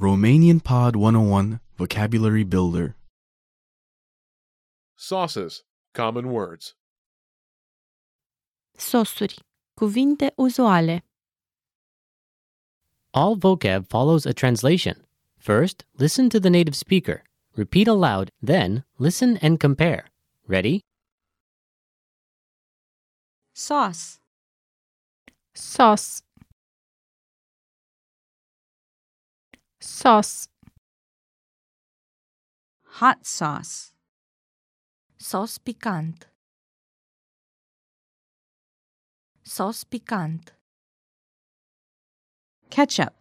Romanian Pod 101 Vocabulary Builder. Sauces, common words. Sosuri. Cuvinte uzuale. All vocab follows a translation. First, listen to the native speaker. Repeat aloud, then, listen and compare. Ready? sauce, Sauce. Sauce. hot sauce, Sos picant. Sos picant. ketchup,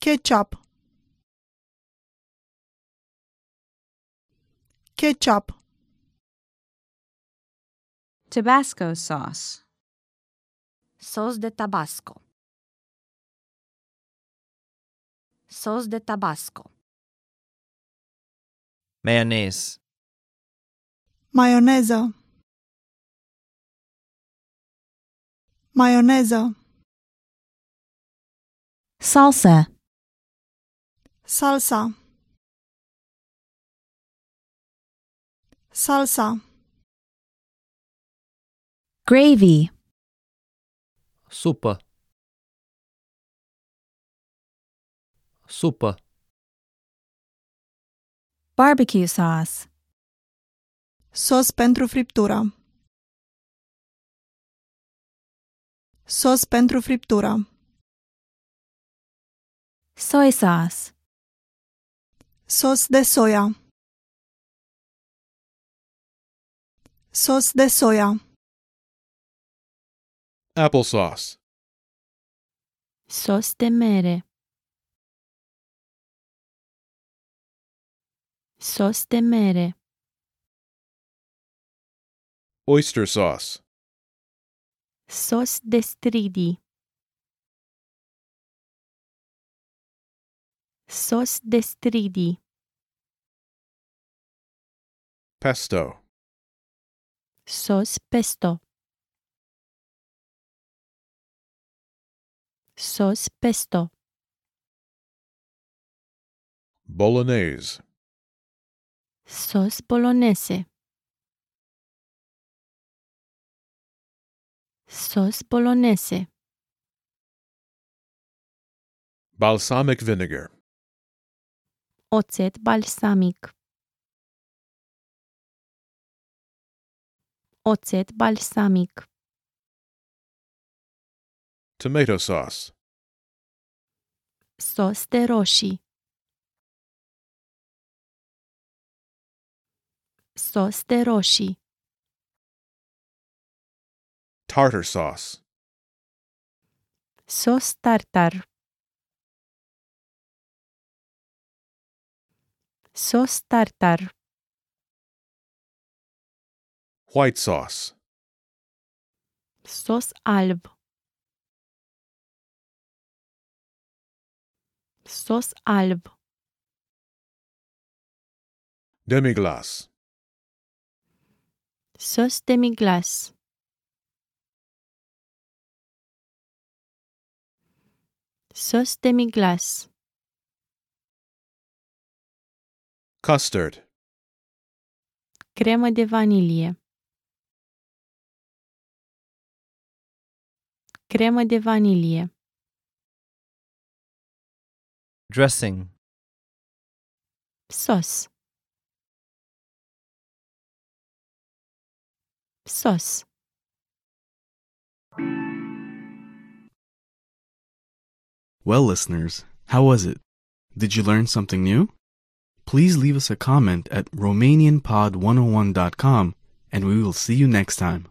ketchup ketchup Tabasco sauce, Sos de tabasco. Sos de tabasco. mayonnaise, maioneză maioneză salsa, salsa salsa gravy, supă, supă, barbecue sauce, sos pentru friptură sos pentru friptură soy sauce, sos de soia sos de soia Applesauce, Sos de mere. Sos de mere. oyster sauce, Sos de stridii. Sos de stridii. pesto, Sos pesto. Sos pesto. bolognese, Sos bolonese. Sos bolonese. balsamic vinegar, Oțet balsamic. Oțet balsamic. tomato sauce, Sos de roșii. Sos de roșii. tartar sauce, Sos tartar. Sos tartar. white sauce, Sos alb. Sos alb. demi-glace, Sos demiglas. Sos demiglas. custard, Cremă de vanilie. Cremă de vanilie. dressing, Sos. Sos. Well, listeners, how was it? Did you learn something new? Please oh leave us a comment at RomanianPod101.com and we will see you next time.